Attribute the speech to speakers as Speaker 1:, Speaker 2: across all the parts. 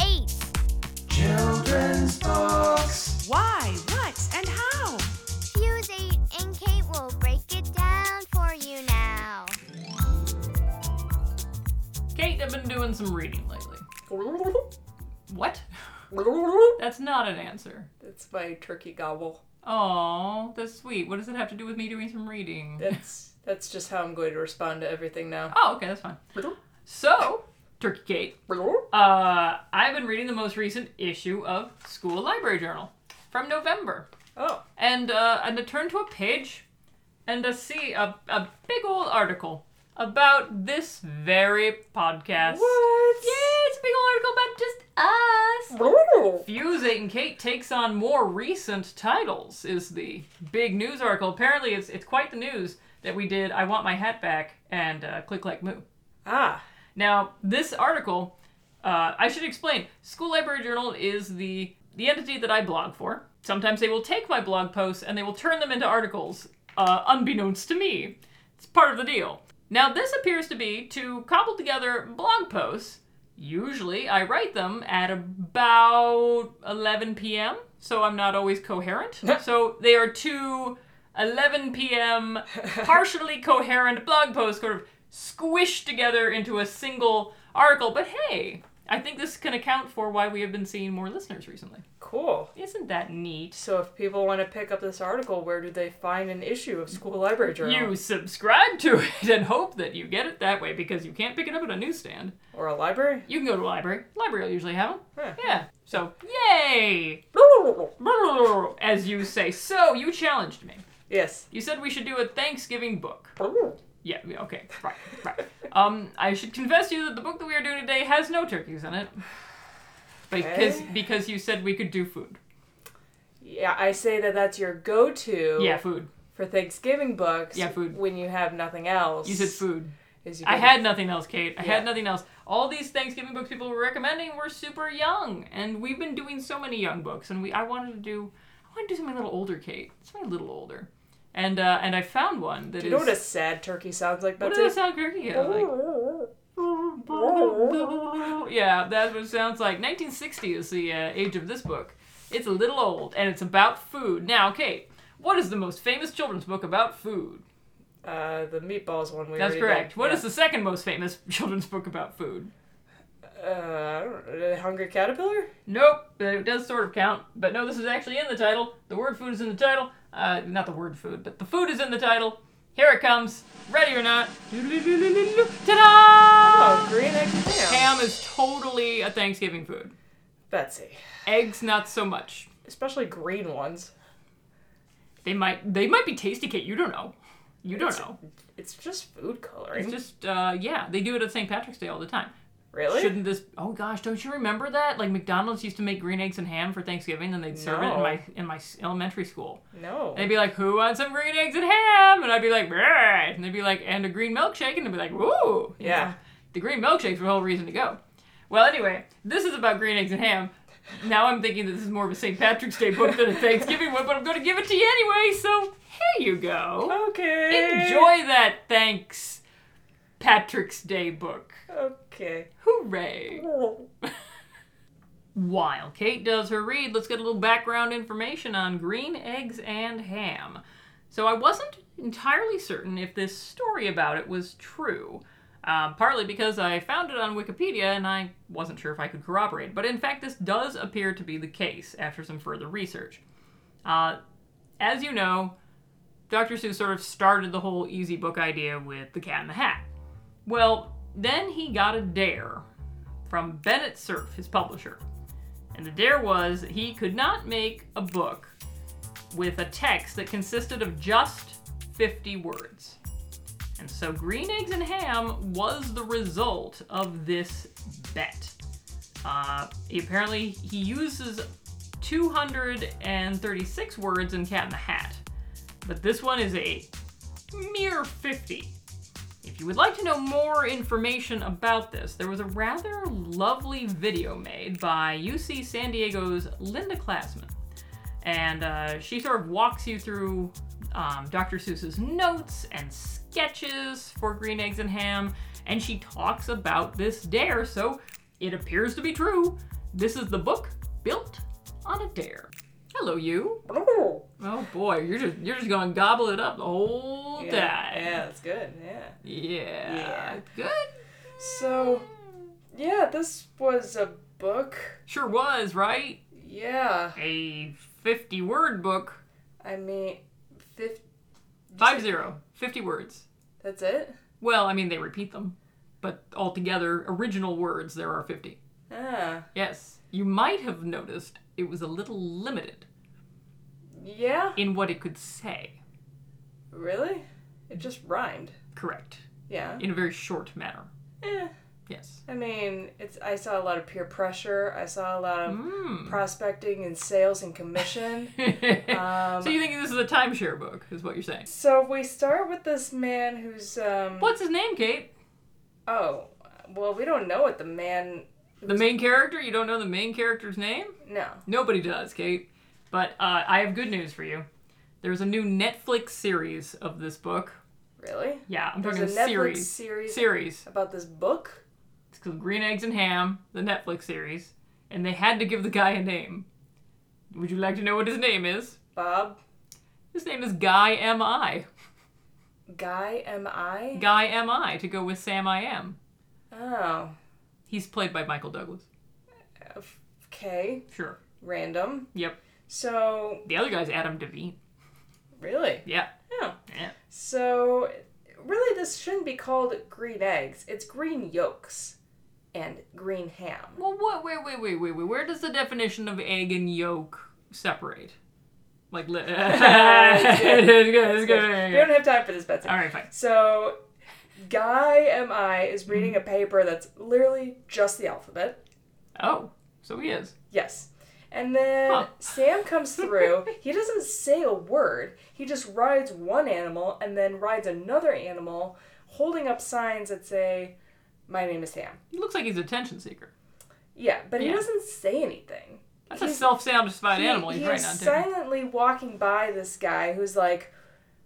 Speaker 1: 8.
Speaker 2: Children's books.
Speaker 3: Why, what, and how?
Speaker 1: Fuse 8 and Kate will break it down for you now.
Speaker 4: Kate, I've been doing some reading lately. What? That's not an answer.
Speaker 5: That's my turkey gobble.
Speaker 4: Oh, that's sweet. What does it have to do with me doing some reading?
Speaker 5: That's that's just how I'm going to respond to everything now.
Speaker 4: Oh, okay, that's fine. So, Turkey Kate,
Speaker 5: Oh.
Speaker 4: uh, I've been reading the most recent issue of School Library Journal from November,
Speaker 5: Oh,
Speaker 4: and uh, and I turned to a page, and I see a a big old article about this very podcast.
Speaker 5: what?
Speaker 4: Yeah, it's a big old article about just us. Fuse 8 and Kate takes on more recent titles is the big news article. Apparently, it's it's quite the news that we did. I want my hat back and uh, click like moo.
Speaker 5: Ah,
Speaker 4: Now, this article, uh, I should explain. School Library Journal is the the entity that I blog for. Sometimes they will take my blog posts and they will turn them into articles, uh, unbeknownst to me. It's part of the deal. Now, this appears to be to cobble together blog posts. Usually, I write them at about 11 p.m., so I'm not always coherent. so they are two 11 p.m. partially coherent blog posts, sort of squished together into a single article. But hey, I think this can account for why we have been seeing more listeners recently.
Speaker 5: cool.
Speaker 4: Isn't that neat?
Speaker 5: So if people want to pick up this article, where do they find an issue of School Library Journal
Speaker 4: You subscribe to it and hope that you get it that way because you can't pick it up at a newsstand.
Speaker 5: or a library?
Speaker 4: You can go to a library. Library will usually have them.
Speaker 5: Huh.
Speaker 4: Yeah. So, yay! As you say. So, you challenged me.
Speaker 5: Yes.
Speaker 4: You said we should do a Thanksgiving book. Yeah, yeah, okay, right, right. um, I should confess to you that the book that we are doing today has no turkeys in it. Because,
Speaker 5: Okay.
Speaker 4: because you said we could do food.
Speaker 5: Yeah, I say that that's your go-to
Speaker 4: Yeah, food.
Speaker 5: for Thanksgiving books.
Speaker 4: Yeah, food.
Speaker 5: When you have nothing else.
Speaker 4: You said food.
Speaker 5: Is you
Speaker 4: I
Speaker 5: go-
Speaker 4: had nothing else, Kate. I
Speaker 5: Yeah.
Speaker 4: had nothing else. All these Thanksgiving books people were recommending were super young, and we've been doing so many young books, and we I wanted to do I wanted to do something a little older, Kate. Something a little older, and uh, and I found one that is.
Speaker 5: You know what a sad turkey sounds like?
Speaker 4: what
Speaker 5: That's
Speaker 4: does that sound turkey like? yeah, that's what it sounds like. 1960 is the uh, age of this book. It's a little old, and it's about food. Now, Kate, what is the most famous children's book about food?
Speaker 5: Uh, the meatballs one we
Speaker 4: That's
Speaker 5: already
Speaker 4: correct.
Speaker 5: Did.
Speaker 4: What
Speaker 5: yeah.
Speaker 4: is the second most famous children's book about food?
Speaker 5: Uh, I don't know. Hungry Caterpillar?
Speaker 4: Nope, but it does sort of count. But no, this is actually in the title. The word food is in the title. Uh, not the word food, but the food is in the title. Here it comes. Ready or not. Doo-doo-doo-doo-doo-doo.
Speaker 5: Oh,
Speaker 4: Ta-da!
Speaker 5: green egg ham.
Speaker 4: Ham is totally a Thanksgiving food.
Speaker 5: Betsy.
Speaker 4: Eggs, not so much.
Speaker 5: Especially green ones.
Speaker 4: They might they might be tasty, Kate. You don't know. You don't
Speaker 5: It's-
Speaker 4: know.
Speaker 5: It's just food coloring.
Speaker 4: It's just uh, yeah, they do it at St. Patrick's Day all the time.
Speaker 5: really?
Speaker 4: Shouldn't this? Oh gosh, don't you remember that? Like McDonald's used to make green eggs and ham for Thanksgiving, and they'd serve it in
Speaker 5: No.
Speaker 4: my in my s- elementary school.
Speaker 5: no.
Speaker 4: And they'd be like, "Who wants some green eggs and ham?" And I'd be like, "Right." And they'd be like, "And a green milkshake," and they'd be like, "Woo!" You
Speaker 5: Yeah.
Speaker 4: know, the green milkshake's the whole reason to go. Well, anyway, this is about green eggs and ham. Now I'm thinking that this is more of a St. Patrick's Day book than a Thanksgiving one, but I'm going to give it to you anyway. So here you
Speaker 5: Oh,
Speaker 4: go.
Speaker 5: Okay.
Speaker 4: Enjoy that thanks Patrick's Day book.
Speaker 5: Okay.
Speaker 4: Hooray! While Kate does her read, let's get a little background information on green eggs and ham. So I wasn't entirely certain if this story about it was true, uh, partly because I found it on Wikipedia and I wasn't sure if I could corroborate. But in fact, this does appear to be the case after some further research. Uh, as you know, Dr. Seuss sort of started the whole easy book idea with The Cat in the Hat. Well, then he got a dare from Bennett Cerf, his publisher. And the dare was he could not make a book with a text that consisted of just 50 words. And so Green Eggs and Ham was the result of this bet. Uh, apparently, he uses 236 words in Cat in the Hat, but this one is a mere 50. If you would like to know more information about this, there was a rather lovely video made by UC San Diego's Linda Klassman. And uh, she sort of walks you through um, Dr. Seuss's notes and sketches for Green Eggs and Ham, and she talks about this dare, so it appears to be true. This is the book built on a dare. Hello, you.
Speaker 5: Ooh.
Speaker 4: Oh boy, you're just you're just gonna gobble it up the whole
Speaker 5: Yeah,
Speaker 4: time.
Speaker 5: yeah, that's good. Yeah.
Speaker 4: Yeah.
Speaker 5: Yeah.
Speaker 4: Good.
Speaker 5: So, yeah, this was a book.
Speaker 4: Sure was, right?
Speaker 5: Yeah,
Speaker 4: A 50 word book.
Speaker 5: I mean, fifth.
Speaker 4: Five zero. 50 words.
Speaker 5: That's it.
Speaker 4: Well, I mean, they repeat them, but altogether, original words, there are 50.
Speaker 5: Ah,
Speaker 4: Yes. You might have noticed it was a little limited
Speaker 5: yeah.
Speaker 4: in what it could say.
Speaker 5: Really? It just rhymed.
Speaker 4: Correct.
Speaker 5: Yeah.
Speaker 4: In a very short manner.
Speaker 5: Eh.
Speaker 4: Yes.
Speaker 5: I mean, it's. I saw a lot of peer pressure. I saw a lot of
Speaker 4: Mm.
Speaker 5: prospecting and sales and commission. um,
Speaker 4: so you think this is a timeshare book, is what you're saying?
Speaker 5: so we start with this man who's um.
Speaker 4: What's his name, Kate?
Speaker 5: Oh, well, we don't know what the man.
Speaker 4: The main character? You don't know the main character's name?
Speaker 5: No.
Speaker 4: Nobody does, Kate. But uh, I have good news for you. There's a new Netflix series of this book.
Speaker 5: Really?
Speaker 4: Yeah, I'm
Speaker 5: There's
Speaker 4: talking
Speaker 5: a Netflix
Speaker 4: series.
Speaker 5: series-
Speaker 4: Series.
Speaker 5: About this book?
Speaker 4: It's called Green Eggs and Ham, the Netflix series, and they had to give the guy a name. Would you like to know what his name is?
Speaker 5: Bob.
Speaker 4: His name is Guy M I.
Speaker 5: Guy M I.
Speaker 4: Guy M I to go with Sam I Am.
Speaker 5: Oh,
Speaker 4: He's played by Michael Douglas.
Speaker 5: okay.
Speaker 4: Sure.
Speaker 5: Random.
Speaker 4: Yep.
Speaker 5: So,
Speaker 4: The other guy's Adam Devine.
Speaker 5: really?
Speaker 4: Yeah.
Speaker 5: Yeah.
Speaker 4: Yeah.
Speaker 5: So, really, this shouldn't be called green eggs. It's green yolks and green ham.
Speaker 4: Well, what? Wait, wait, wait, wait, wait. Where does the definition of egg and yolk separate? Like, li- it's good. It's good. It's
Speaker 5: We
Speaker 4: good.
Speaker 5: don't have time for this, Betsy.
Speaker 4: All right, fine.
Speaker 5: So, Guy M I is reading a paper that's literally just the alphabet.
Speaker 4: Oh, so he is.
Speaker 5: Yes. And then
Speaker 4: Huh.
Speaker 5: Sam comes through. he doesn't say a word. He just rides one animal and then rides another animal, holding up signs that say, My name is Sam.
Speaker 4: He looks like he's an attention seeker.
Speaker 5: Yeah, but he
Speaker 4: Yeah.
Speaker 5: doesn't say anything.
Speaker 4: That's a
Speaker 5: He's-
Speaker 4: self-satisfied
Speaker 5: He-
Speaker 4: animal. He's
Speaker 5: he
Speaker 4: right
Speaker 5: is
Speaker 4: on to.
Speaker 5: silently walking by this guy who's like,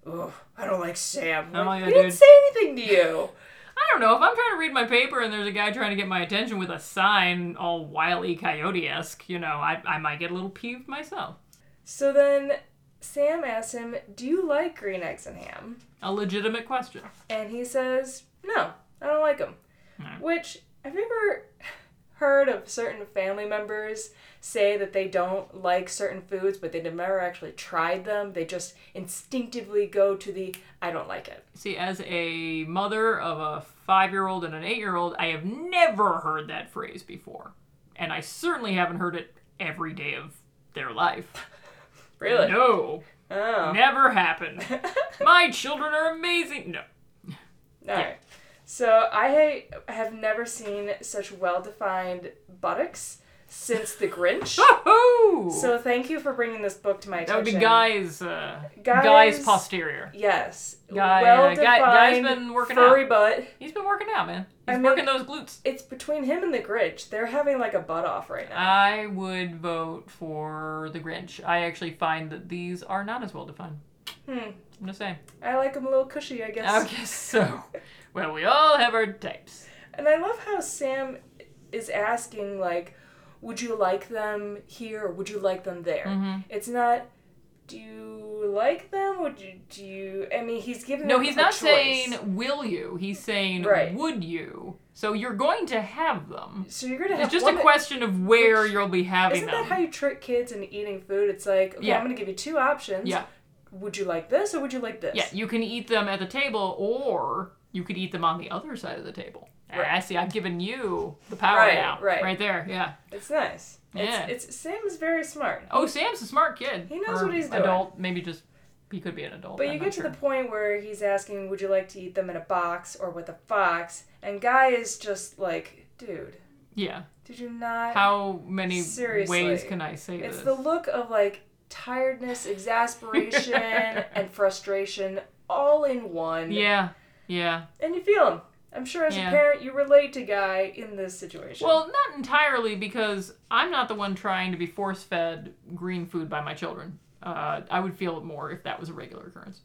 Speaker 5: Ugh, I don't like Sam.
Speaker 4: I don't
Speaker 5: Like,
Speaker 4: like that
Speaker 5: he didn't
Speaker 4: Oh, dude."
Speaker 5: say anything to you.
Speaker 4: I don't know if I'm trying to read my paper and there's a guy trying to get my attention with a sign, all wily coyote-esque. You know, I I might get a little peeved myself.
Speaker 5: so then Sam asks him, Do you like green eggs and ham?
Speaker 4: A legitimate question.
Speaker 5: and he says, "No, I don't like them."
Speaker 4: Hmm.
Speaker 5: Which have you ever heard of certain family members say that they don't like certain foods, but they've never actually tried them? They just instinctively go to the "I don't like it."
Speaker 4: See, as a mother of a five-year-old and an eight-year-old, I have never heard that phrase before, and I certainly haven't heard it every day of their life.
Speaker 5: Really?
Speaker 4: No,
Speaker 5: Oh,
Speaker 4: never happened. my children are amazing. No.
Speaker 5: all right. So I ha- have never seen such well-defined buttocks since the Grinch.
Speaker 4: Woohoo!
Speaker 5: So thank you for bringing this book to my
Speaker 4: Oh! That would
Speaker 5: attention.
Speaker 4: be Guy's, uh,
Speaker 5: Guy's-
Speaker 4: Guy's, posterior.
Speaker 5: Yes.
Speaker 4: Guy- uh,
Speaker 5: well-defined
Speaker 4: Guy- Guy's been working out.
Speaker 5: furry butt.
Speaker 4: He's been working out, man. He's
Speaker 5: I mean-
Speaker 4: working those glutes.
Speaker 5: It's between him and the Grinch. They're having like a butt off right now.
Speaker 4: I would vote for the Grinch. I actually find that these are not as well defined.
Speaker 5: Hmm.
Speaker 4: I'm just saying.
Speaker 5: I like him a little cushy, I guess.
Speaker 4: Okay, so well, we all have our types.
Speaker 5: And I love how Sam is asking like, would you like them here or would you like them there?
Speaker 4: Mm-hmm.
Speaker 5: It's not do you like them? Would you do you I mean he's giving
Speaker 4: No,
Speaker 5: them
Speaker 4: he's
Speaker 5: a
Speaker 4: not
Speaker 5: choice.
Speaker 4: saying will you. He's saying
Speaker 5: Right.
Speaker 4: would you. So you're going to have them.
Speaker 5: so you're gonna have
Speaker 4: It's just
Speaker 5: one
Speaker 4: a
Speaker 5: that-
Speaker 4: question of where you'll be having
Speaker 5: Isn't
Speaker 4: them.
Speaker 5: that how you trick kids into eating food? It's like, okay,
Speaker 4: Yeah.
Speaker 5: I'm gonna give you two options.
Speaker 4: yeah,
Speaker 5: Would you like this or would you like this?
Speaker 4: yeah. You can eat them at the table, or you could eat them on the other side of the table. I see. I've given you the power
Speaker 5: Right,
Speaker 4: now.
Speaker 5: right.
Speaker 4: right there. Yeah.
Speaker 5: It's nice.
Speaker 4: Yeah.
Speaker 5: It's, it's Sam is very smart.
Speaker 4: Oh, Sam's a smart kid.
Speaker 5: He knows
Speaker 4: Or
Speaker 5: what he's doing.
Speaker 4: Adult, maybe just he could be an adult.
Speaker 5: But
Speaker 4: I'm
Speaker 5: you
Speaker 4: not
Speaker 5: get to
Speaker 4: sure.
Speaker 5: the point where he's asking, "Would you like to eat them in a box or with a fox?" And guy is just like, "Dude,
Speaker 4: Yeah.
Speaker 5: Did you not?
Speaker 4: How many
Speaker 5: Seriously.
Speaker 4: ways can I say
Speaker 5: It's the
Speaker 4: this?
Speaker 5: look of like tiredness, exasperation, and frustration all in one.
Speaker 4: yeah. Yeah.
Speaker 5: And you feel him. I'm sure as
Speaker 4: Yeah.
Speaker 5: a parent, you relate to Guy in this situation.
Speaker 4: Well, not entirely because I'm not the one trying to be force fed green food by my children. Uh, I would feel it more if that was a regular occurrence.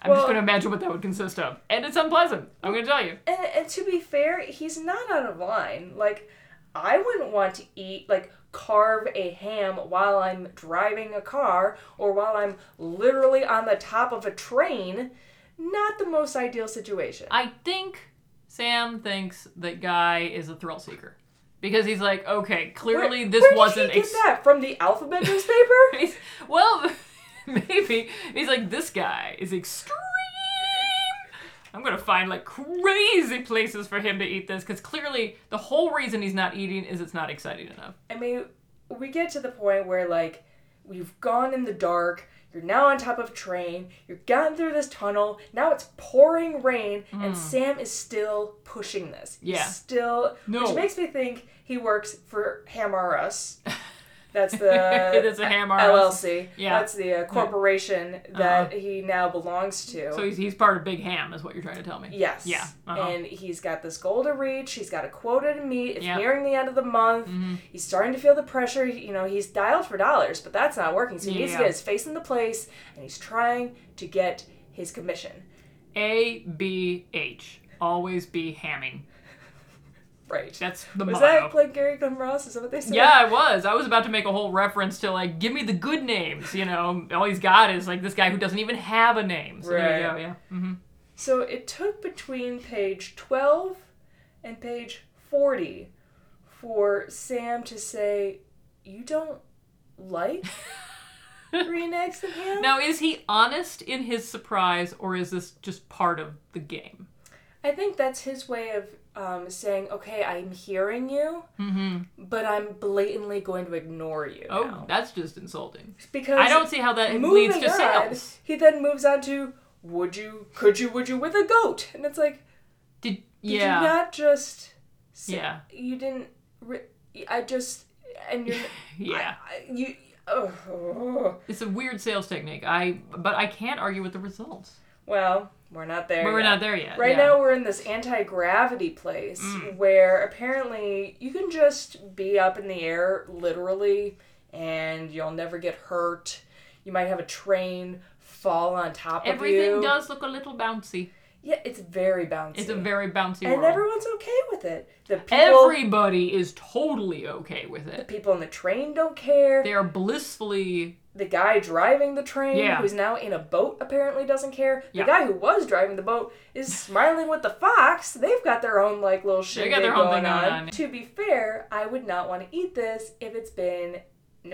Speaker 4: I'm just
Speaker 5: Well-
Speaker 4: going to imagine what that would consist of. And it's unpleasant. I'm going to tell you.
Speaker 5: and, and to be fair, he's not out of line. Like, I wouldn't want to eat, like, carve a ham while I'm driving a car or while I'm literally on the top of a train. Not the most ideal situation.
Speaker 4: I think Sam thinks that Guy is a thrill seeker because he's like, okay, clearly
Speaker 5: Where-
Speaker 4: this
Speaker 5: where
Speaker 4: wasn't.
Speaker 5: Did he get
Speaker 4: ex-
Speaker 5: that from the alphabet newspaper?
Speaker 4: He's- well, maybe he's like, this guy is extreme. I'm gonna find like crazy places for him to eat this because clearly the whole reason he's not eating is it's not exciting enough.
Speaker 5: I mean, we get to the point where like we've gone in the dark. You're now on top of a train. You've gotten through this tunnel. Now it's pouring rain, and Sam is still pushing this. He's
Speaker 4: Mm. Yeah.
Speaker 5: still,
Speaker 4: No.
Speaker 5: which makes me think he works for Ham R Us. That's the
Speaker 4: it's a ham R Us.
Speaker 5: LLC.
Speaker 4: Yeah. Uh-huh.
Speaker 5: That's the uh, corporation that he now belongs to.
Speaker 4: So he's, he's part of Big Ham, is what you're trying to tell me.
Speaker 5: Yes.
Speaker 4: Yeah. uh-huh.
Speaker 5: And he's got this goal to reach. He's got a quota to meet. It's
Speaker 4: Yeah.
Speaker 5: nearing the end of the month.
Speaker 4: Mm-hmm.
Speaker 5: He's starting to feel the pressure. He- You know, he's dialed for dollars, but that's not working. So he needs
Speaker 4: Yeah.
Speaker 5: to get his face in the place, and he's trying to get his commission.
Speaker 4: A B H. Always be hamming.
Speaker 5: Right.
Speaker 4: That's the
Speaker 5: Was
Speaker 4: motto.
Speaker 5: that like Gary Glenn Ross? Is that what they said?
Speaker 4: Yeah, I was. I was about to make a whole reference to like, give me the good names. You know, all he's got is like this guy who doesn't even have a name. So there you
Speaker 5: Right.
Speaker 4: go. Yeah. hmm
Speaker 5: So it took between page 12 and page 40 for Sam to say, You don't like green eggs and ham?
Speaker 4: Now, is he honest in his surprise, or is this just part of the game?
Speaker 5: I think that's his way of um, saying, okay, I'm hearing you, but I'm blatantly going to ignore you.
Speaker 4: Mm-hmm. Oh,
Speaker 5: now."
Speaker 4: that's just insulting.
Speaker 5: because
Speaker 4: I don't see how that
Speaker 5: moving
Speaker 4: leads to
Speaker 5: on,
Speaker 4: sales.
Speaker 5: He then moves on to, would you, could you, would you with a goat? And it's like,
Speaker 4: Did,
Speaker 5: did
Speaker 4: yeah,
Speaker 5: you not just, say,
Speaker 4: Yeah.
Speaker 5: you didn't, re- I just, and you're,
Speaker 4: yeah.
Speaker 5: I, you, oh,
Speaker 4: It's a weird sales technique. I, but I can't argue with the results.
Speaker 5: well, we're not there.
Speaker 4: But we're
Speaker 5: yet.
Speaker 4: not there yet.
Speaker 5: Right
Speaker 4: yeah. Mm.
Speaker 5: now, we're in this anti gravity place where apparently you can just be up in the air literally and you'll never get hurt. You might have a train fall on top of you.
Speaker 4: everything does look a little bouncy.
Speaker 5: Yeah, it's very bouncy.
Speaker 4: It's a very bouncy
Speaker 5: and
Speaker 4: world.
Speaker 5: everyone's okay with it. The people,
Speaker 4: Everybody is totally okay with
Speaker 5: the
Speaker 4: it.
Speaker 5: people in the train don't care.
Speaker 4: They are blissfully.
Speaker 5: The guy driving the train,
Speaker 4: Yeah.
Speaker 5: who's now in a boat, apparently doesn't care. The
Speaker 4: Yeah.
Speaker 5: guy who was driving the boat is smiling with the fox. They've got their own like little shit
Speaker 4: got their own
Speaker 5: going
Speaker 4: thing
Speaker 5: on.
Speaker 4: going on.
Speaker 5: To be fair, I would not want to eat this if it's been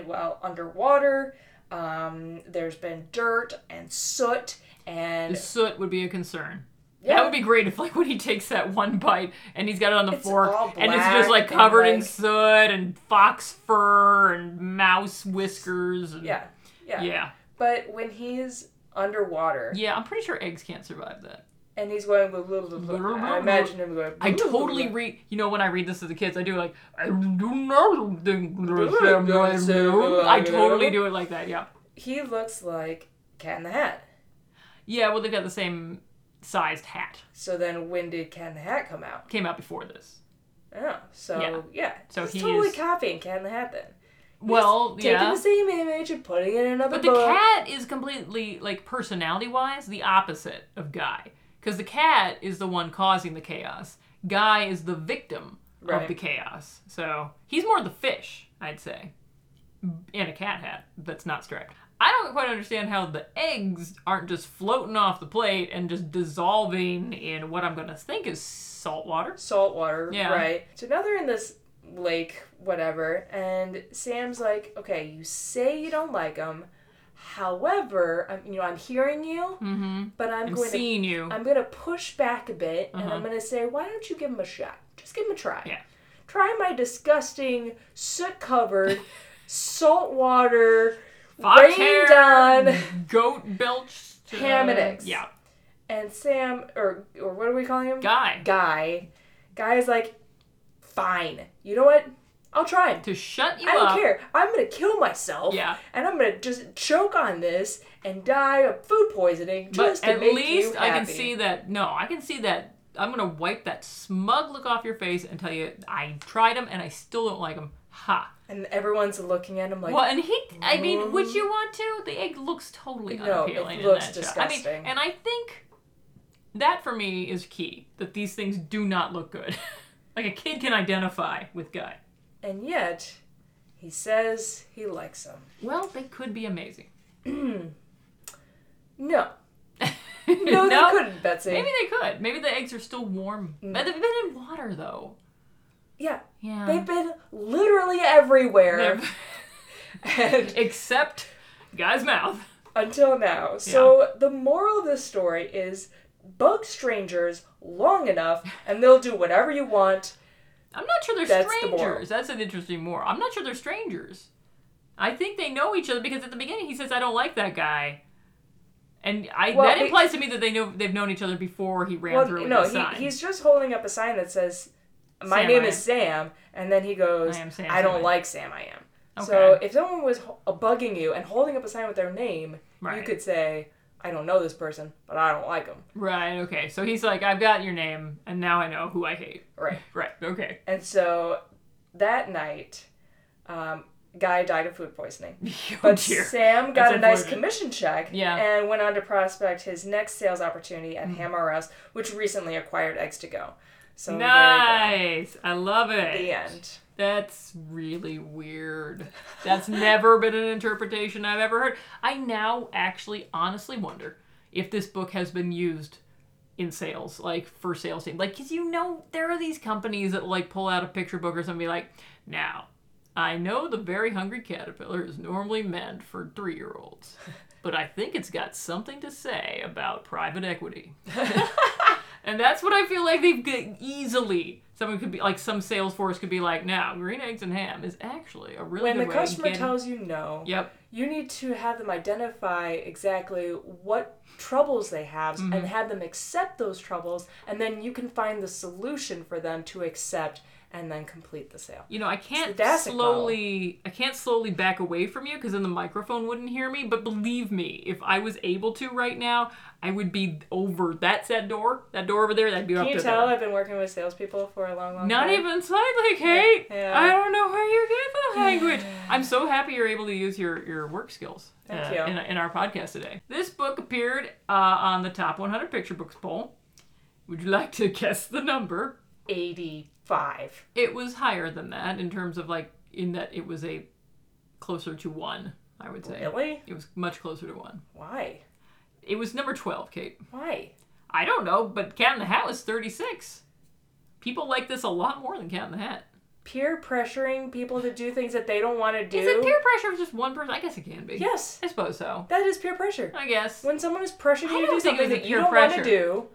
Speaker 5: well underwater. Um, there's been dirt and soot and
Speaker 4: Soot would be a concern.
Speaker 5: yeah,
Speaker 4: That would be great if, like, when he takes that one bite and he's got it on the
Speaker 5: It's
Speaker 4: fork
Speaker 5: all
Speaker 4: and it's just
Speaker 5: black
Speaker 4: like
Speaker 5: and,
Speaker 4: covered in
Speaker 5: like-
Speaker 4: soot and fox fur and mouse whiskers. And,
Speaker 5: yeah, yeah,
Speaker 4: yeah,
Speaker 5: But when he's underwater
Speaker 4: yeah. I'm pretty sure eggs can't survive that.
Speaker 5: and he's going, blah, blah, blah, blah, blah, I imagine him going.
Speaker 4: I
Speaker 5: blah, blah,
Speaker 4: totally
Speaker 5: blah.
Speaker 4: read. You know, when I read this to the kids, I do like I do not think there's a- I totally do it like that. Yeah,
Speaker 5: He looks like Cat in the Hat.
Speaker 4: yeah. Well, they've got the same sized hat.
Speaker 5: So then, when did Cat in the Hat come out?
Speaker 4: Came out before this.
Speaker 5: Oh, so
Speaker 4: Yeah.
Speaker 5: yeah,
Speaker 4: So
Speaker 5: he's
Speaker 4: he
Speaker 5: totally
Speaker 4: is-
Speaker 5: copying Cat in the Hat. Then
Speaker 4: Well,
Speaker 5: taking
Speaker 4: yeah.
Speaker 5: the same image and putting it in another
Speaker 4: But the
Speaker 5: book.
Speaker 4: cat is completely like personality-wise the opposite of Guy, because the cat is the one causing the chaos. Guy is the victim of
Speaker 5: Right.
Speaker 4: the chaos, so he's more the fish, I'd say, in a cat hat that's not striped. I don't quite understand how the eggs aren't just floating off the plate and just dissolving in what I'm gonna think is salt water.
Speaker 5: Salt water,
Speaker 4: Yeah.
Speaker 5: right? So now they're in this lake, whatever, and Sam's like, "Okay, you say you don't like him, however, I'm, you know, I'm hearing you, but
Speaker 4: Mm-hmm.
Speaker 5: I'm,
Speaker 4: I'm
Speaker 5: going to
Speaker 4: seeing you.
Speaker 5: I'm gonna push back a bit and I'm gonna say, why don't you give him a shot? Just give him a try.
Speaker 4: Uh-huh. Yeah.
Speaker 5: Try my disgusting, soot covered, salt water,
Speaker 4: Fox
Speaker 5: rained
Speaker 4: hair,
Speaker 5: on.
Speaker 4: goat belched
Speaker 5: Ham and eggs.
Speaker 4: Yeah,
Speaker 5: And Sam, or or what are we calling him?
Speaker 4: Guy.
Speaker 5: Guy. Guy is like, fine. You know what? I'll try.
Speaker 4: to shut you
Speaker 5: I don't
Speaker 4: up.
Speaker 5: care. I'm gonna kill myself.
Speaker 4: Yeah.
Speaker 5: And I'm gonna just choke on this and die of food poisoning
Speaker 4: But
Speaker 5: just to
Speaker 4: at
Speaker 5: make
Speaker 4: least
Speaker 5: you
Speaker 4: I can
Speaker 5: happy.
Speaker 4: see that. No, I can see that. I'm gonna wipe that smug look off your face and tell you I tried them and I still don't like them. Ha.
Speaker 5: And everyone's looking at him like, mm.
Speaker 4: Well, and he, I mean, would you want to? The egg looks totally
Speaker 5: No, it
Speaker 4: unappealing.
Speaker 5: looks
Speaker 4: in that shot. I
Speaker 5: disgusting.
Speaker 4: mean, and I think that for me is key that these things do not look good. like a kid can identify with Guy.
Speaker 5: and yet he says he likes him.
Speaker 4: Well, they could be amazing.
Speaker 5: No.
Speaker 4: no,
Speaker 5: No, they couldn't, Betsy. Mm.
Speaker 4: Maybe they could. Maybe the eggs are still warm. But they've been in water though.
Speaker 5: Yeah.
Speaker 4: Yeah.
Speaker 5: They've been literally everywhere
Speaker 4: They're-
Speaker 5: and
Speaker 4: except Guy's mouth.
Speaker 5: until now. So the moral of this story is bug strangers long enough and they'll do whatever you want.
Speaker 4: I'm not sure they're
Speaker 5: That's the moral.
Speaker 4: strangers. That's an interesting moral. I'm not sure they're strangers. I think they know each other because at the beginning he says, "I don't like that guy," and I
Speaker 5: Well,
Speaker 4: that
Speaker 5: be-
Speaker 4: implies to me that they know they've known each other before he ran
Speaker 5: Well,
Speaker 4: through with
Speaker 5: no,
Speaker 4: the sign.
Speaker 5: he, he's just holding up a sign that says, "My
Speaker 4: Sam
Speaker 5: name
Speaker 4: I
Speaker 5: is Sam," and then he goes,
Speaker 4: I am Sam,
Speaker 5: I don't
Speaker 4: Sam I
Speaker 5: like Sam. I am." So
Speaker 4: Okay.
Speaker 5: if someone was ho- uh, bugging you and holding up a sign with their name, you
Speaker 4: Right.
Speaker 5: could say, "I don't know this person, but I don't like him."
Speaker 4: right. Okay. So he's like, "I've got your name, and now I know who I hate."
Speaker 5: Right.
Speaker 4: Right. Okay.
Speaker 5: And so that night, um, guy died of food poisoning.
Speaker 4: Oh,
Speaker 5: But
Speaker 4: dear.
Speaker 5: Sam got
Speaker 4: That's
Speaker 5: a nice
Speaker 4: unfortunate.
Speaker 5: commission check
Speaker 4: Yeah. Mm-hmm.
Speaker 5: and went on to prospect his next sales opportunity at Hammer House, which recently acquired Eggs to Go. So there you go.
Speaker 4: Nice. I love it.
Speaker 5: The end.
Speaker 4: That's really weird. That's never been an interpretation I've ever heard. I now actually honestly wonder if this book has been used in sales, like for sales team. Like, because you know, there are these companies that like pull out a picture book or something and be like, now, I know the very hungry caterpillar is normally meant for three year olds, but I think it's got something to say about private equity. And that's what I feel like they've g- easily. Someone could be like some sales force could be like, "Now, green eggs and ham is actually a really
Speaker 5: when
Speaker 4: good
Speaker 5: the
Speaker 4: way to
Speaker 5: customer
Speaker 4: get-"
Speaker 5: tells you no
Speaker 4: Yep.
Speaker 5: you need to have them identify exactly what troubles they have
Speaker 4: Mm-hmm.
Speaker 5: and have them accept those troubles and then you can find the solution for them to accept and then complete the sale
Speaker 4: You know, I can't
Speaker 5: Dasik model.
Speaker 4: slowly, I can't slowly back away from you because then the microphone wouldn't hear me. But believe me, if I was able to right now, I would be over. That's that door, that door over there. That'd be up
Speaker 5: can you
Speaker 4: to
Speaker 5: tell
Speaker 4: there.
Speaker 5: i've been working with salespeople for a long long
Speaker 4: Not
Speaker 5: time
Speaker 4: even slightly, Kate.
Speaker 5: Yeah.
Speaker 4: I don't know where you get the language. I'm so happy you're able to use your, your work skills
Speaker 5: Thank
Speaker 4: uh,
Speaker 5: you.
Speaker 4: In, in our podcast today. This book appeared uh, on the top 100 picture books poll. Would you like to guess the number?
Speaker 5: 85
Speaker 4: It was higher than that in terms of like, in that it was a closer to one, I would say.
Speaker 5: really
Speaker 4: It was much closer to one.
Speaker 5: why
Speaker 4: It was number 12, Kate.
Speaker 5: why
Speaker 4: I don't know, but Cat in the Hat was 36. People like this a lot more than Cat in the Hat.
Speaker 5: peer pressuring people to do things that they don't want to do
Speaker 4: Is it peer pressure of just one person? I guess it can be.
Speaker 5: yes
Speaker 4: I suppose so.
Speaker 5: that is peer pressure
Speaker 4: I guess.
Speaker 5: when someone is pressuring
Speaker 4: I
Speaker 5: you to
Speaker 4: don't
Speaker 5: do
Speaker 4: think it
Speaker 5: something
Speaker 4: was a
Speaker 5: that you
Speaker 4: peer
Speaker 5: don't want
Speaker 4: pressure.
Speaker 5: to do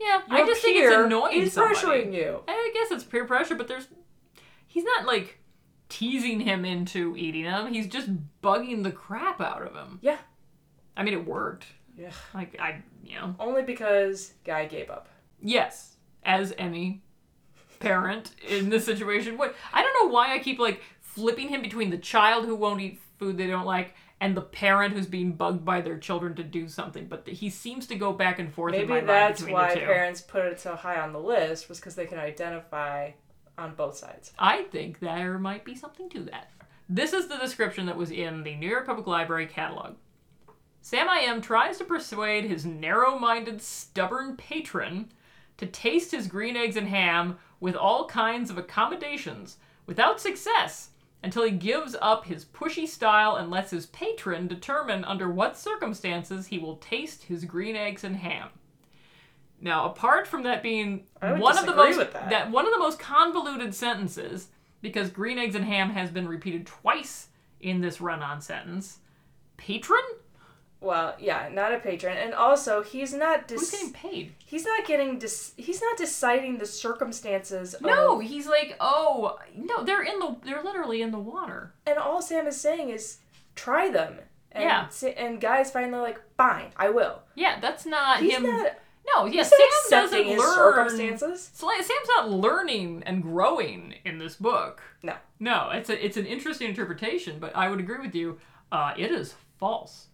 Speaker 4: yeah, I
Speaker 5: your
Speaker 4: just think
Speaker 5: peer
Speaker 4: it's annoying
Speaker 5: is
Speaker 4: somebody.
Speaker 5: pressuring you
Speaker 4: I guess it's peer pressure, but there's he's not like teasing him into eating him. He's just bugging the crap out of him.
Speaker 5: yeah
Speaker 4: I mean, it worked.
Speaker 5: Yeah.
Speaker 4: Like I, you know,
Speaker 5: Only because guy gave up.
Speaker 4: yes, as any parent in this situation would. I don't know why I keep like flipping him between the child who won't eat food they don't like and the parent who's being bugged by their children to do something, but he seems to go back and forth. in my
Speaker 5: Maybe
Speaker 4: mind
Speaker 5: that's
Speaker 4: between
Speaker 5: why
Speaker 4: the two.
Speaker 5: parents put it so high on the list was because they can identify on both sides.
Speaker 4: I think there might be something to that. This is the description that was in the New York Public Library catalog. Sam I Am tries to persuade his narrow minded, stubborn patron to taste his green eggs and ham with all kinds of accommodations without success until he gives up his pushy style and lets his patron determine under what circumstances he will taste his green eggs and ham. Now, apart from that being
Speaker 5: I would
Speaker 4: one of the
Speaker 5: disagree
Speaker 4: most
Speaker 5: with that.
Speaker 4: one of the most convoluted sentences, because green eggs and ham has been repeated twice in this run-on sentence. Patron?
Speaker 5: Well, yeah, not a patron, and also he's not
Speaker 4: Who's
Speaker 5: dis-
Speaker 4: getting paid?
Speaker 5: he's not getting dis- he's not deciding the circumstances.
Speaker 4: No,
Speaker 5: of-
Speaker 4: he's like, oh no, they're in the they're literally in the water.
Speaker 5: and all Sam is saying is try them. And
Speaker 4: Yeah.
Speaker 5: Sa- and guys finally like, fine, I will.
Speaker 4: Yeah, that's not
Speaker 5: He's
Speaker 4: him.
Speaker 5: not
Speaker 4: No, yeah,
Speaker 5: He's
Speaker 4: Sam
Speaker 5: accepting
Speaker 4: doesn't
Speaker 5: his
Speaker 4: learn.
Speaker 5: circumstances.
Speaker 4: Sla- Sam's not learning and growing in this book.
Speaker 5: No.
Speaker 4: No, it's a, it's an interesting interpretation, but I would agree with you. Uh, it is false.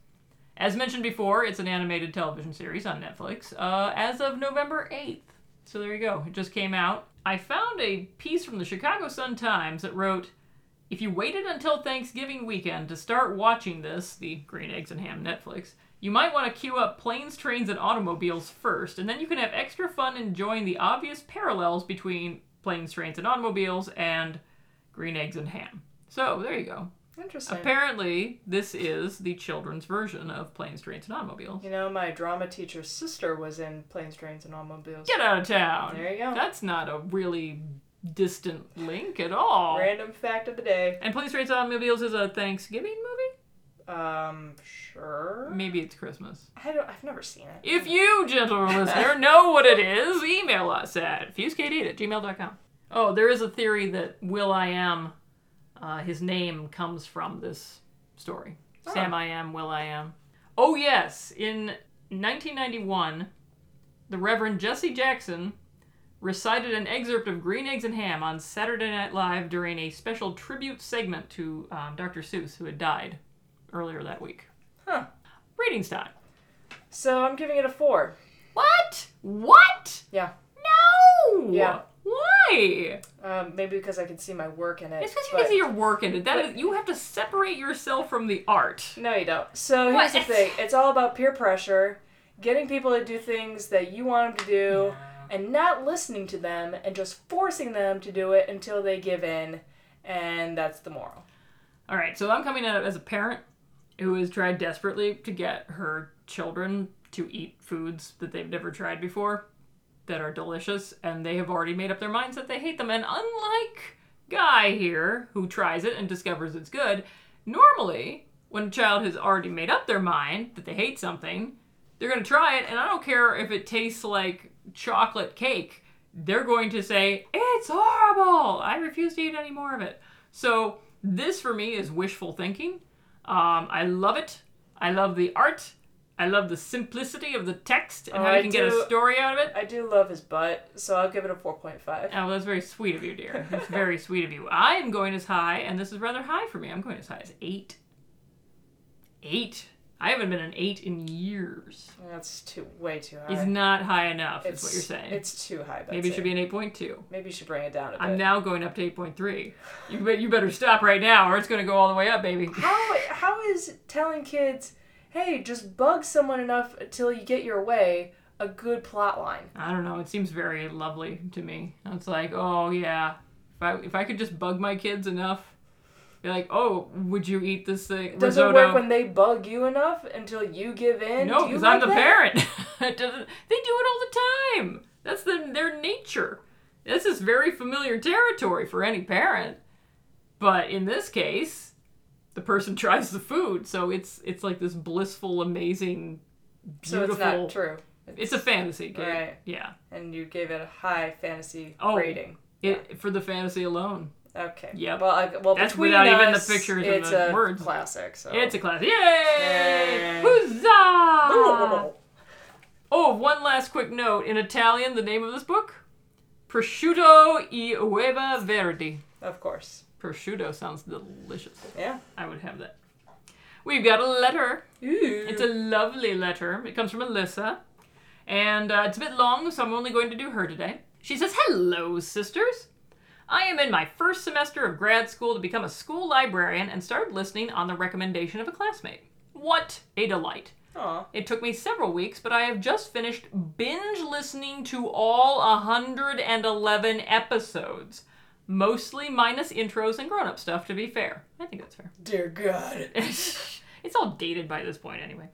Speaker 4: As mentioned before, it's an animated television series on Netflix uh, as of November 8th. So there you go. It just came out. I found a piece from the Chicago Sun Times that wrote If you waited until Thanksgiving weekend to start watching this, the Green Eggs and Ham Netflix, you might want to queue up planes, trains, and automobiles first, and then you can have extra fun enjoying the obvious parallels between planes, trains, and automobiles and green eggs and ham. So there you go.
Speaker 5: Interesting.
Speaker 4: Apparently, this is the children's version of Planes, Trains, and Automobiles.
Speaker 5: you know, my drama teacher's sister was in Planes, Trains, and Automobiles.
Speaker 4: Get out of town.
Speaker 5: There you go.
Speaker 4: That's not a really distant link at all.
Speaker 5: Random fact of the day.
Speaker 4: And Planes, Trains, and Automobiles is a Thanksgiving movie.
Speaker 5: Um, sure.
Speaker 4: Maybe it's Christmas.
Speaker 5: I don't. I've never seen it.
Speaker 4: If you, gentle listener, know what it is, email us at fusecade at gmail.com. Oh, there is a theory that Will I Am, uh, his name comes from this story. Sam I Am, Will I Am. Oh, yes. In 1991, the Reverend Jesse Jackson recited an excerpt of Green Eggs and Ham on Saturday Night Live during a special tribute segment to um, Dr. Seuss, who had died earlier that week.
Speaker 5: Huh.
Speaker 4: Readings time.
Speaker 5: So I'm giving it a four.
Speaker 4: What? What?
Speaker 5: Yeah.
Speaker 4: No.
Speaker 5: Yeah.
Speaker 4: Why?
Speaker 5: Um, maybe because I can see my work in it.
Speaker 4: It's because you
Speaker 5: but-
Speaker 4: can see your work in it. That is, you have to separate yourself from the art.
Speaker 5: No, you don't. So
Speaker 4: What?
Speaker 5: here's the thing it's all about peer pressure, getting people to do things that you want them to do, and not listening to them and just forcing them to do it until they give in. And that's the moral.
Speaker 4: All right. So I'm coming at it as a parent who has tried desperately to get her children to eat foods that they've never tried before that are delicious, and they have already made up their minds that they hate them. And unlike Guy here, who tries it and discovers it's good, normally when a child has already made up their mind that they hate something, they're going to try it, and I don't care if it tastes like chocolate cake. They're going to say, It's horrible! I refuse to eat any more of it. So, this for me is wishful thinking. Um, I love it. I love the art. I love the simplicity of the text and
Speaker 5: Oh,
Speaker 4: how you
Speaker 5: I
Speaker 4: can get a
Speaker 5: do-
Speaker 4: story out of it.
Speaker 5: I do love his butt, so I'll give it a
Speaker 4: Oh,
Speaker 5: 4.5.
Speaker 4: well, that's very sweet of you, dear. That's very sweet of you. I am going as high, and this is rather high for me. I'm going as high as eight. Eight. I haven't been an eight in years.
Speaker 5: That's too way too high.
Speaker 4: It's not high enough, is what you're saying.
Speaker 5: It's too high.
Speaker 4: Maybe it should be an 8.2.
Speaker 5: Maybe you should bring it down a
Speaker 4: I'm
Speaker 5: bit.
Speaker 4: now going up to 8.3. You, bet you better stop right now, or it's going to go all the way up, baby.
Speaker 5: how how is telling kids, hey, just bug someone enough until you get your way, a good plot line?
Speaker 4: I don't know. It seems very lovely to me. It's like, oh yeah, if I if I could just bug my kids enough, be like, oh, would you eat this thing?
Speaker 5: Does not
Speaker 4: risotto?"
Speaker 5: work when they bug you enough until you give in?
Speaker 4: No,
Speaker 5: Do you
Speaker 4: because I'm
Speaker 5: like
Speaker 4: the
Speaker 5: that?
Speaker 4: parent. it doesn't, they do it all the time. That's the, their nature. This is very familiar territory for any parent. But in this case, the person tries the food, so it's it's like this blissful, amazing,
Speaker 5: So
Speaker 4: beautiful.
Speaker 5: it's not true.
Speaker 4: It's a fantasy, Kate.
Speaker 5: Right.
Speaker 4: Yeah.
Speaker 5: And you gave it a high fantasy
Speaker 4: Oh.
Speaker 5: rating.
Speaker 4: It, For the fantasy alone,
Speaker 5: Okay.
Speaker 4: Yep.
Speaker 5: Well, I, well
Speaker 4: That's
Speaker 5: between
Speaker 4: without even the
Speaker 5: us,
Speaker 4: pictures and
Speaker 5: it's
Speaker 4: the
Speaker 5: a
Speaker 4: words.
Speaker 5: classic. So.
Speaker 4: it's a class. Yay!
Speaker 5: Oh. Yay.
Speaker 4: Huzzah! Oh, one last quick note. In Italian, the name of this book? Prosciutto e uova verdi.
Speaker 5: Of course.
Speaker 4: Prosciutto sounds delicious.
Speaker 5: Yeah.
Speaker 4: I would have that. We've got a letter.
Speaker 5: Ooh.
Speaker 4: It's a lovely letter. It comes from Alyssa. And uh, it's a bit long, so I'm only going to do her today. She says, Hello, sisters. I am in my first semester of grad school to become a school librarian and started listening on the recommendation of a classmate. What a delight.
Speaker 5: Aw.
Speaker 4: It took me several weeks, but I have just finished binge listening to all 111 episodes. Mostly minus intros and grown up stuff, to be fair. I think that's fair.
Speaker 5: Dear God.
Speaker 4: it's all dated by this point, anyway.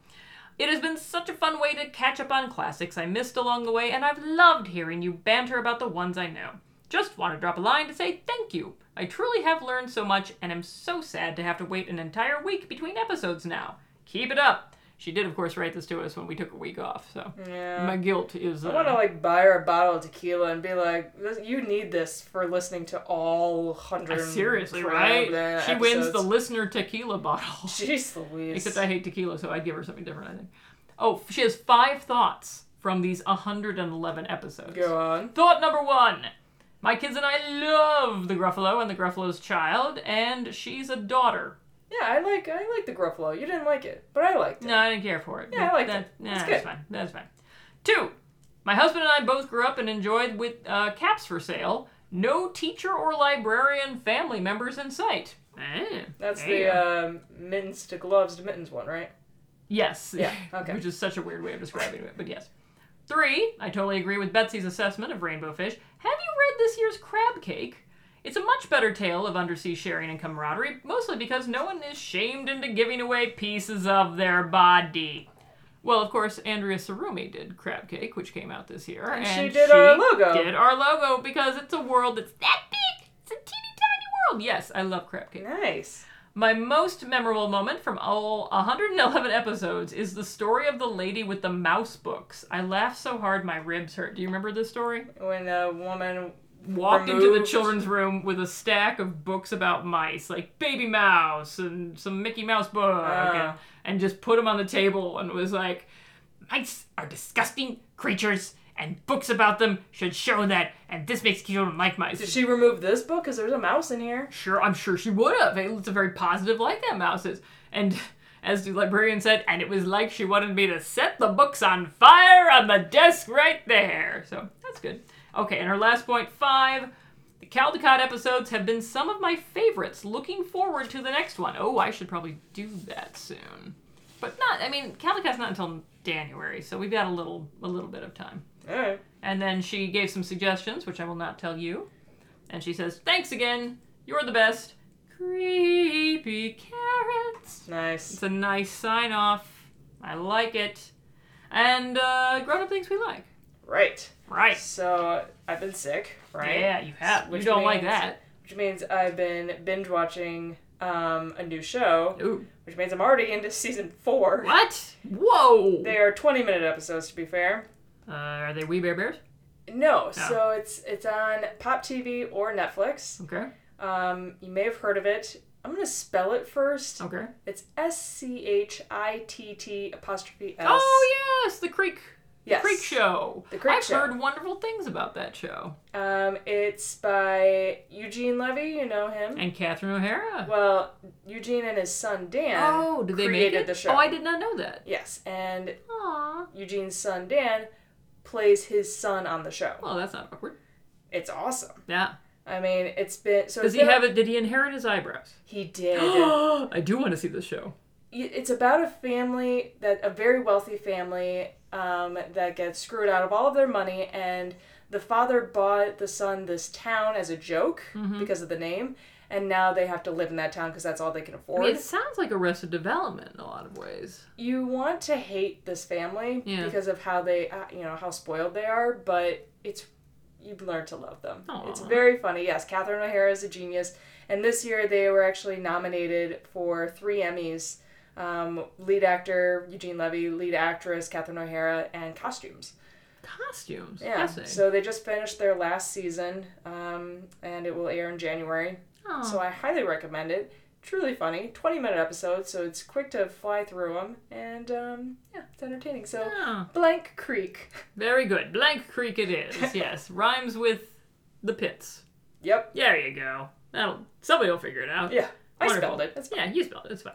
Speaker 4: It has been such a fun way to catch up on classics I missed along the way, and I've loved hearing you banter about the ones I know. Just want to drop a line to say thank you. I truly have learned so much, and am so sad to have to wait an entire week between episodes now. Keep it up. She did, of course, write this to us when we took a week off, so
Speaker 5: Yeah.
Speaker 4: my guilt is.
Speaker 5: I want to
Speaker 4: Uh,
Speaker 5: like buy her a bottle of tequila and be like, this, "You need this for listening to all hundred
Speaker 4: uh, seriously, right? She wins the listener tequila bottle.
Speaker 5: Jeez Louise.
Speaker 4: Except I hate tequila, so I'd give her something different, I think. Oh, she has five thoughts from these 111 episodes.
Speaker 5: Go on.
Speaker 4: Thought number one. My kids and I love the Gruffalo and the Gruffalo's child, and she's a daughter.
Speaker 5: Yeah, I like I like the Gruffalo. You didn't like it, but I liked it.
Speaker 4: No, I didn't care for it.
Speaker 5: Yeah, I
Speaker 4: But
Speaker 5: liked
Speaker 4: that,
Speaker 5: it.
Speaker 4: Nah,
Speaker 5: It's
Speaker 4: that's
Speaker 5: good.
Speaker 4: fine. That's fine. Two. My husband and I both grew up and enjoyed with uh, caps for sale. No teacher or librarian family members in sight. Eh,
Speaker 5: That's
Speaker 4: there you go.
Speaker 5: the um, mittens to gloves to mittens one, right?
Speaker 4: Yes.
Speaker 5: Yeah, okay.
Speaker 4: Which is such a weird way of describing it, but yes. Three, I totally agree with Betsy's assessment of Rainbow Fish. Have you read this year's Crab Cake? It's a much better tale of undersea sharing and camaraderie, mostly because no one is shamed into giving away pieces of their body. Well, of course, Andrea Sarumi did Crab Cake, which came out this year. And,
Speaker 5: she did our logo.
Speaker 4: Did our logo because it's a world that's that big. It's a teeny tiny world. Yes, I love Crab Cake.
Speaker 5: Nice.
Speaker 4: My most memorable moment from all 111 episodes is the story of the lady with the mouse books. I laughed so hard my ribs hurt. Do you remember this story?
Speaker 5: When a woman
Speaker 4: Walked into the
Speaker 5: Removed.
Speaker 4: children's room with a stack of books about mice, like Baby Mouse and some Mickey Mouse book, and,
Speaker 5: Ah.
Speaker 4: and just put them on the table and was like, Mice are disgusting creatures, and books about them should show that, and this makes children like mice.
Speaker 5: did she remove this book because there's a mouse in here.
Speaker 4: sure I'm sure she would have. It's a very positive like that mouse is. And as the librarian said, and it was like she wanted me to set the books on fire on the desk right there. So that's good. Okay, and our last point five. The Caldecott episodes have been some of my favorites. Looking forward to the next one. Oh, I should probably do that soon. But not I mean, Caldecott's not until January, so we've got a little a little bit of time.
Speaker 5: All right.
Speaker 4: And then she gave some suggestions, which I will not tell you. And she says, Thanks again. You're the best. Creepy carrots.
Speaker 5: Nice.
Speaker 4: It's a nice sign off. I like it. And uh, grown up things we like.
Speaker 5: Right.
Speaker 4: Right.
Speaker 5: So I've been sick, right?
Speaker 4: Yeah, you have.
Speaker 5: Which
Speaker 4: you don't like
Speaker 5: means-
Speaker 4: that.
Speaker 5: Which means I've been binge watching um, a new show,
Speaker 4: Ooh.
Speaker 5: which means I'm already into season four.
Speaker 4: What? Whoa.
Speaker 5: They are 20 minute episodes, to be fair.
Speaker 4: Uh, are they wee bear bears?
Speaker 5: No, so it's it's on Pop TV or Netflix.
Speaker 4: Okay.
Speaker 5: Um, you may have heard of it. I'm gonna spell it first.
Speaker 4: Okay.
Speaker 5: It's S C H I T T apostrophe S.
Speaker 4: Oh, yes. The Creek.
Speaker 5: yes.
Speaker 4: Creek Show.
Speaker 5: The Creek
Speaker 4: I've
Speaker 5: Show.
Speaker 4: heard wonderful things about that show.
Speaker 5: Um, it's by Eugene Levy. You know him.
Speaker 4: And Catherine O'Hara.
Speaker 5: Well, Eugene and his son Dan
Speaker 4: oh, did they
Speaker 5: created
Speaker 4: make it?
Speaker 5: the show.
Speaker 4: Oh, I did not know that.
Speaker 5: Yes, and
Speaker 4: Aw.
Speaker 5: Eugene's son Dan plays his son on the show.
Speaker 4: Well, that's not awkward.
Speaker 5: It's awesome.
Speaker 4: Yeah.
Speaker 5: I mean, it's been so.
Speaker 4: Does he
Speaker 5: it's been-
Speaker 4: have it? Did he inherit his eyebrows?
Speaker 5: He did.
Speaker 4: I do want to see this show.
Speaker 5: it's about a family that a very wealthy family um, that gets screwed out of all of their money, and the father bought the son this town as a joke because of the name, and now they have to live in that town because that's all they can afford.
Speaker 4: It sounds like Arrested Development in a lot of ways.
Speaker 5: you want to hate this family
Speaker 4: Yeah.
Speaker 5: because of how they uh, you know how spoiled they are but it's you learn to love them it's
Speaker 4: Aw.
Speaker 5: very funny yes catherine o'hara is a genius and this year they were actually nominated for three emmys um, lead actor eugene levy lead actress catherine o'hara and costumes
Speaker 4: Costumes. eh?
Speaker 5: yeah
Speaker 4: Guessing.
Speaker 5: so they just finished their last season um, and it will air in january
Speaker 4: Aw.
Speaker 5: so i highly recommend it truly funny 20 minute episode so it's quick to fly through them and um, yeah it's entertaining so
Speaker 4: Ah,
Speaker 5: blank creek
Speaker 4: very good. Blank Creek it is. yes. Rhymes with the pits.
Speaker 5: yep
Speaker 4: There you go. That'll somebody will figure it out.
Speaker 5: yeah i
Speaker 4: Wonderful.
Speaker 5: spelled it that's fine.
Speaker 4: Yeah, you spelled it. It's fine.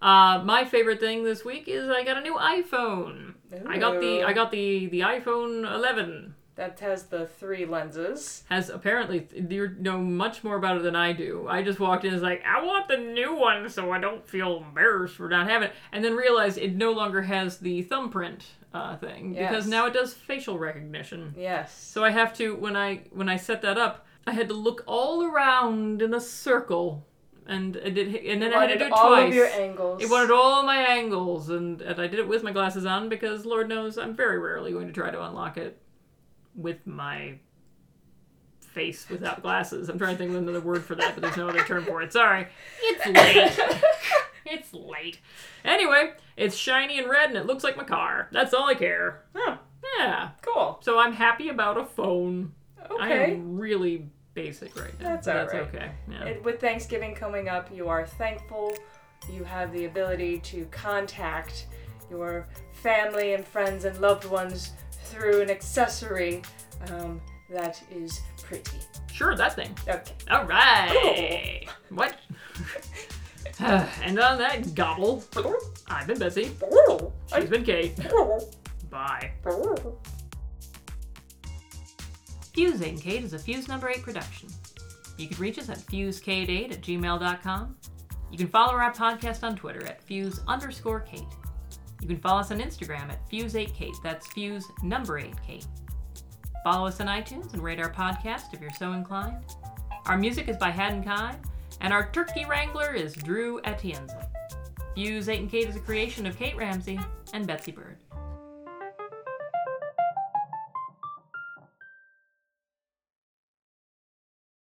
Speaker 4: Uh, my favorite thing this week is I got a new iPhone. I got the
Speaker 5: Ooh.
Speaker 4: I got the the iPhone 11.
Speaker 5: that has the three lenses
Speaker 4: has apparently you know much more about it than I do. I just walked in and was like, I want the new one so I don't feel embarrassed for not having it, and then realized it no longer has the thumbprint uh, thing because
Speaker 5: Yes.
Speaker 4: now it does facial recognition.
Speaker 5: yes
Speaker 4: So I have to when I when I set that up, I had to look all around in a circle, and I did, and then I had to do it
Speaker 5: Wanted all
Speaker 4: twice.
Speaker 5: of your angles
Speaker 4: It wanted all my angles, and, and I did it with my glasses on because Lord knows I'm very rarely going to try to unlock it with my face without glasses. I'm trying to think of another word for that, but there's no other term for it. Sorry. It's late. it's late. Anyway, it's shiny and red, and it looks like my car. That's all I care.
Speaker 5: oh,
Speaker 4: Yeah.
Speaker 5: cool
Speaker 4: So I'm happy about a phone. I
Speaker 5: okay
Speaker 4: am really basic right now.
Speaker 5: That's
Speaker 4: but
Speaker 5: alright.
Speaker 4: okay. Yeah.
Speaker 5: And with thanksgiving coming up you are thankful you have the ability to contact your family and friends and loved ones through an accessory um, that is pretty.
Speaker 4: Sure, that thing.
Speaker 5: Okay.
Speaker 4: All right. What? and on that gobble, I've been Betsy. She's been Kate. Bye. Fusing Kate is a Fuse Number 8 production. You can reach us at fusekate8 at gmail.com. You can follow our podcast on Twitter at fuse underscore Kate. You can follow us on Instagram at fuse8kate. That's fuse number 8 Kate. Follow us on iTunes and rate our podcast if you're so inclined. Our music is by Haddon Kai, and our turkey wrangler is Drew Atienza. Fuse 8 and Kate is a creation of Kate Ramsey and Betsy Bird.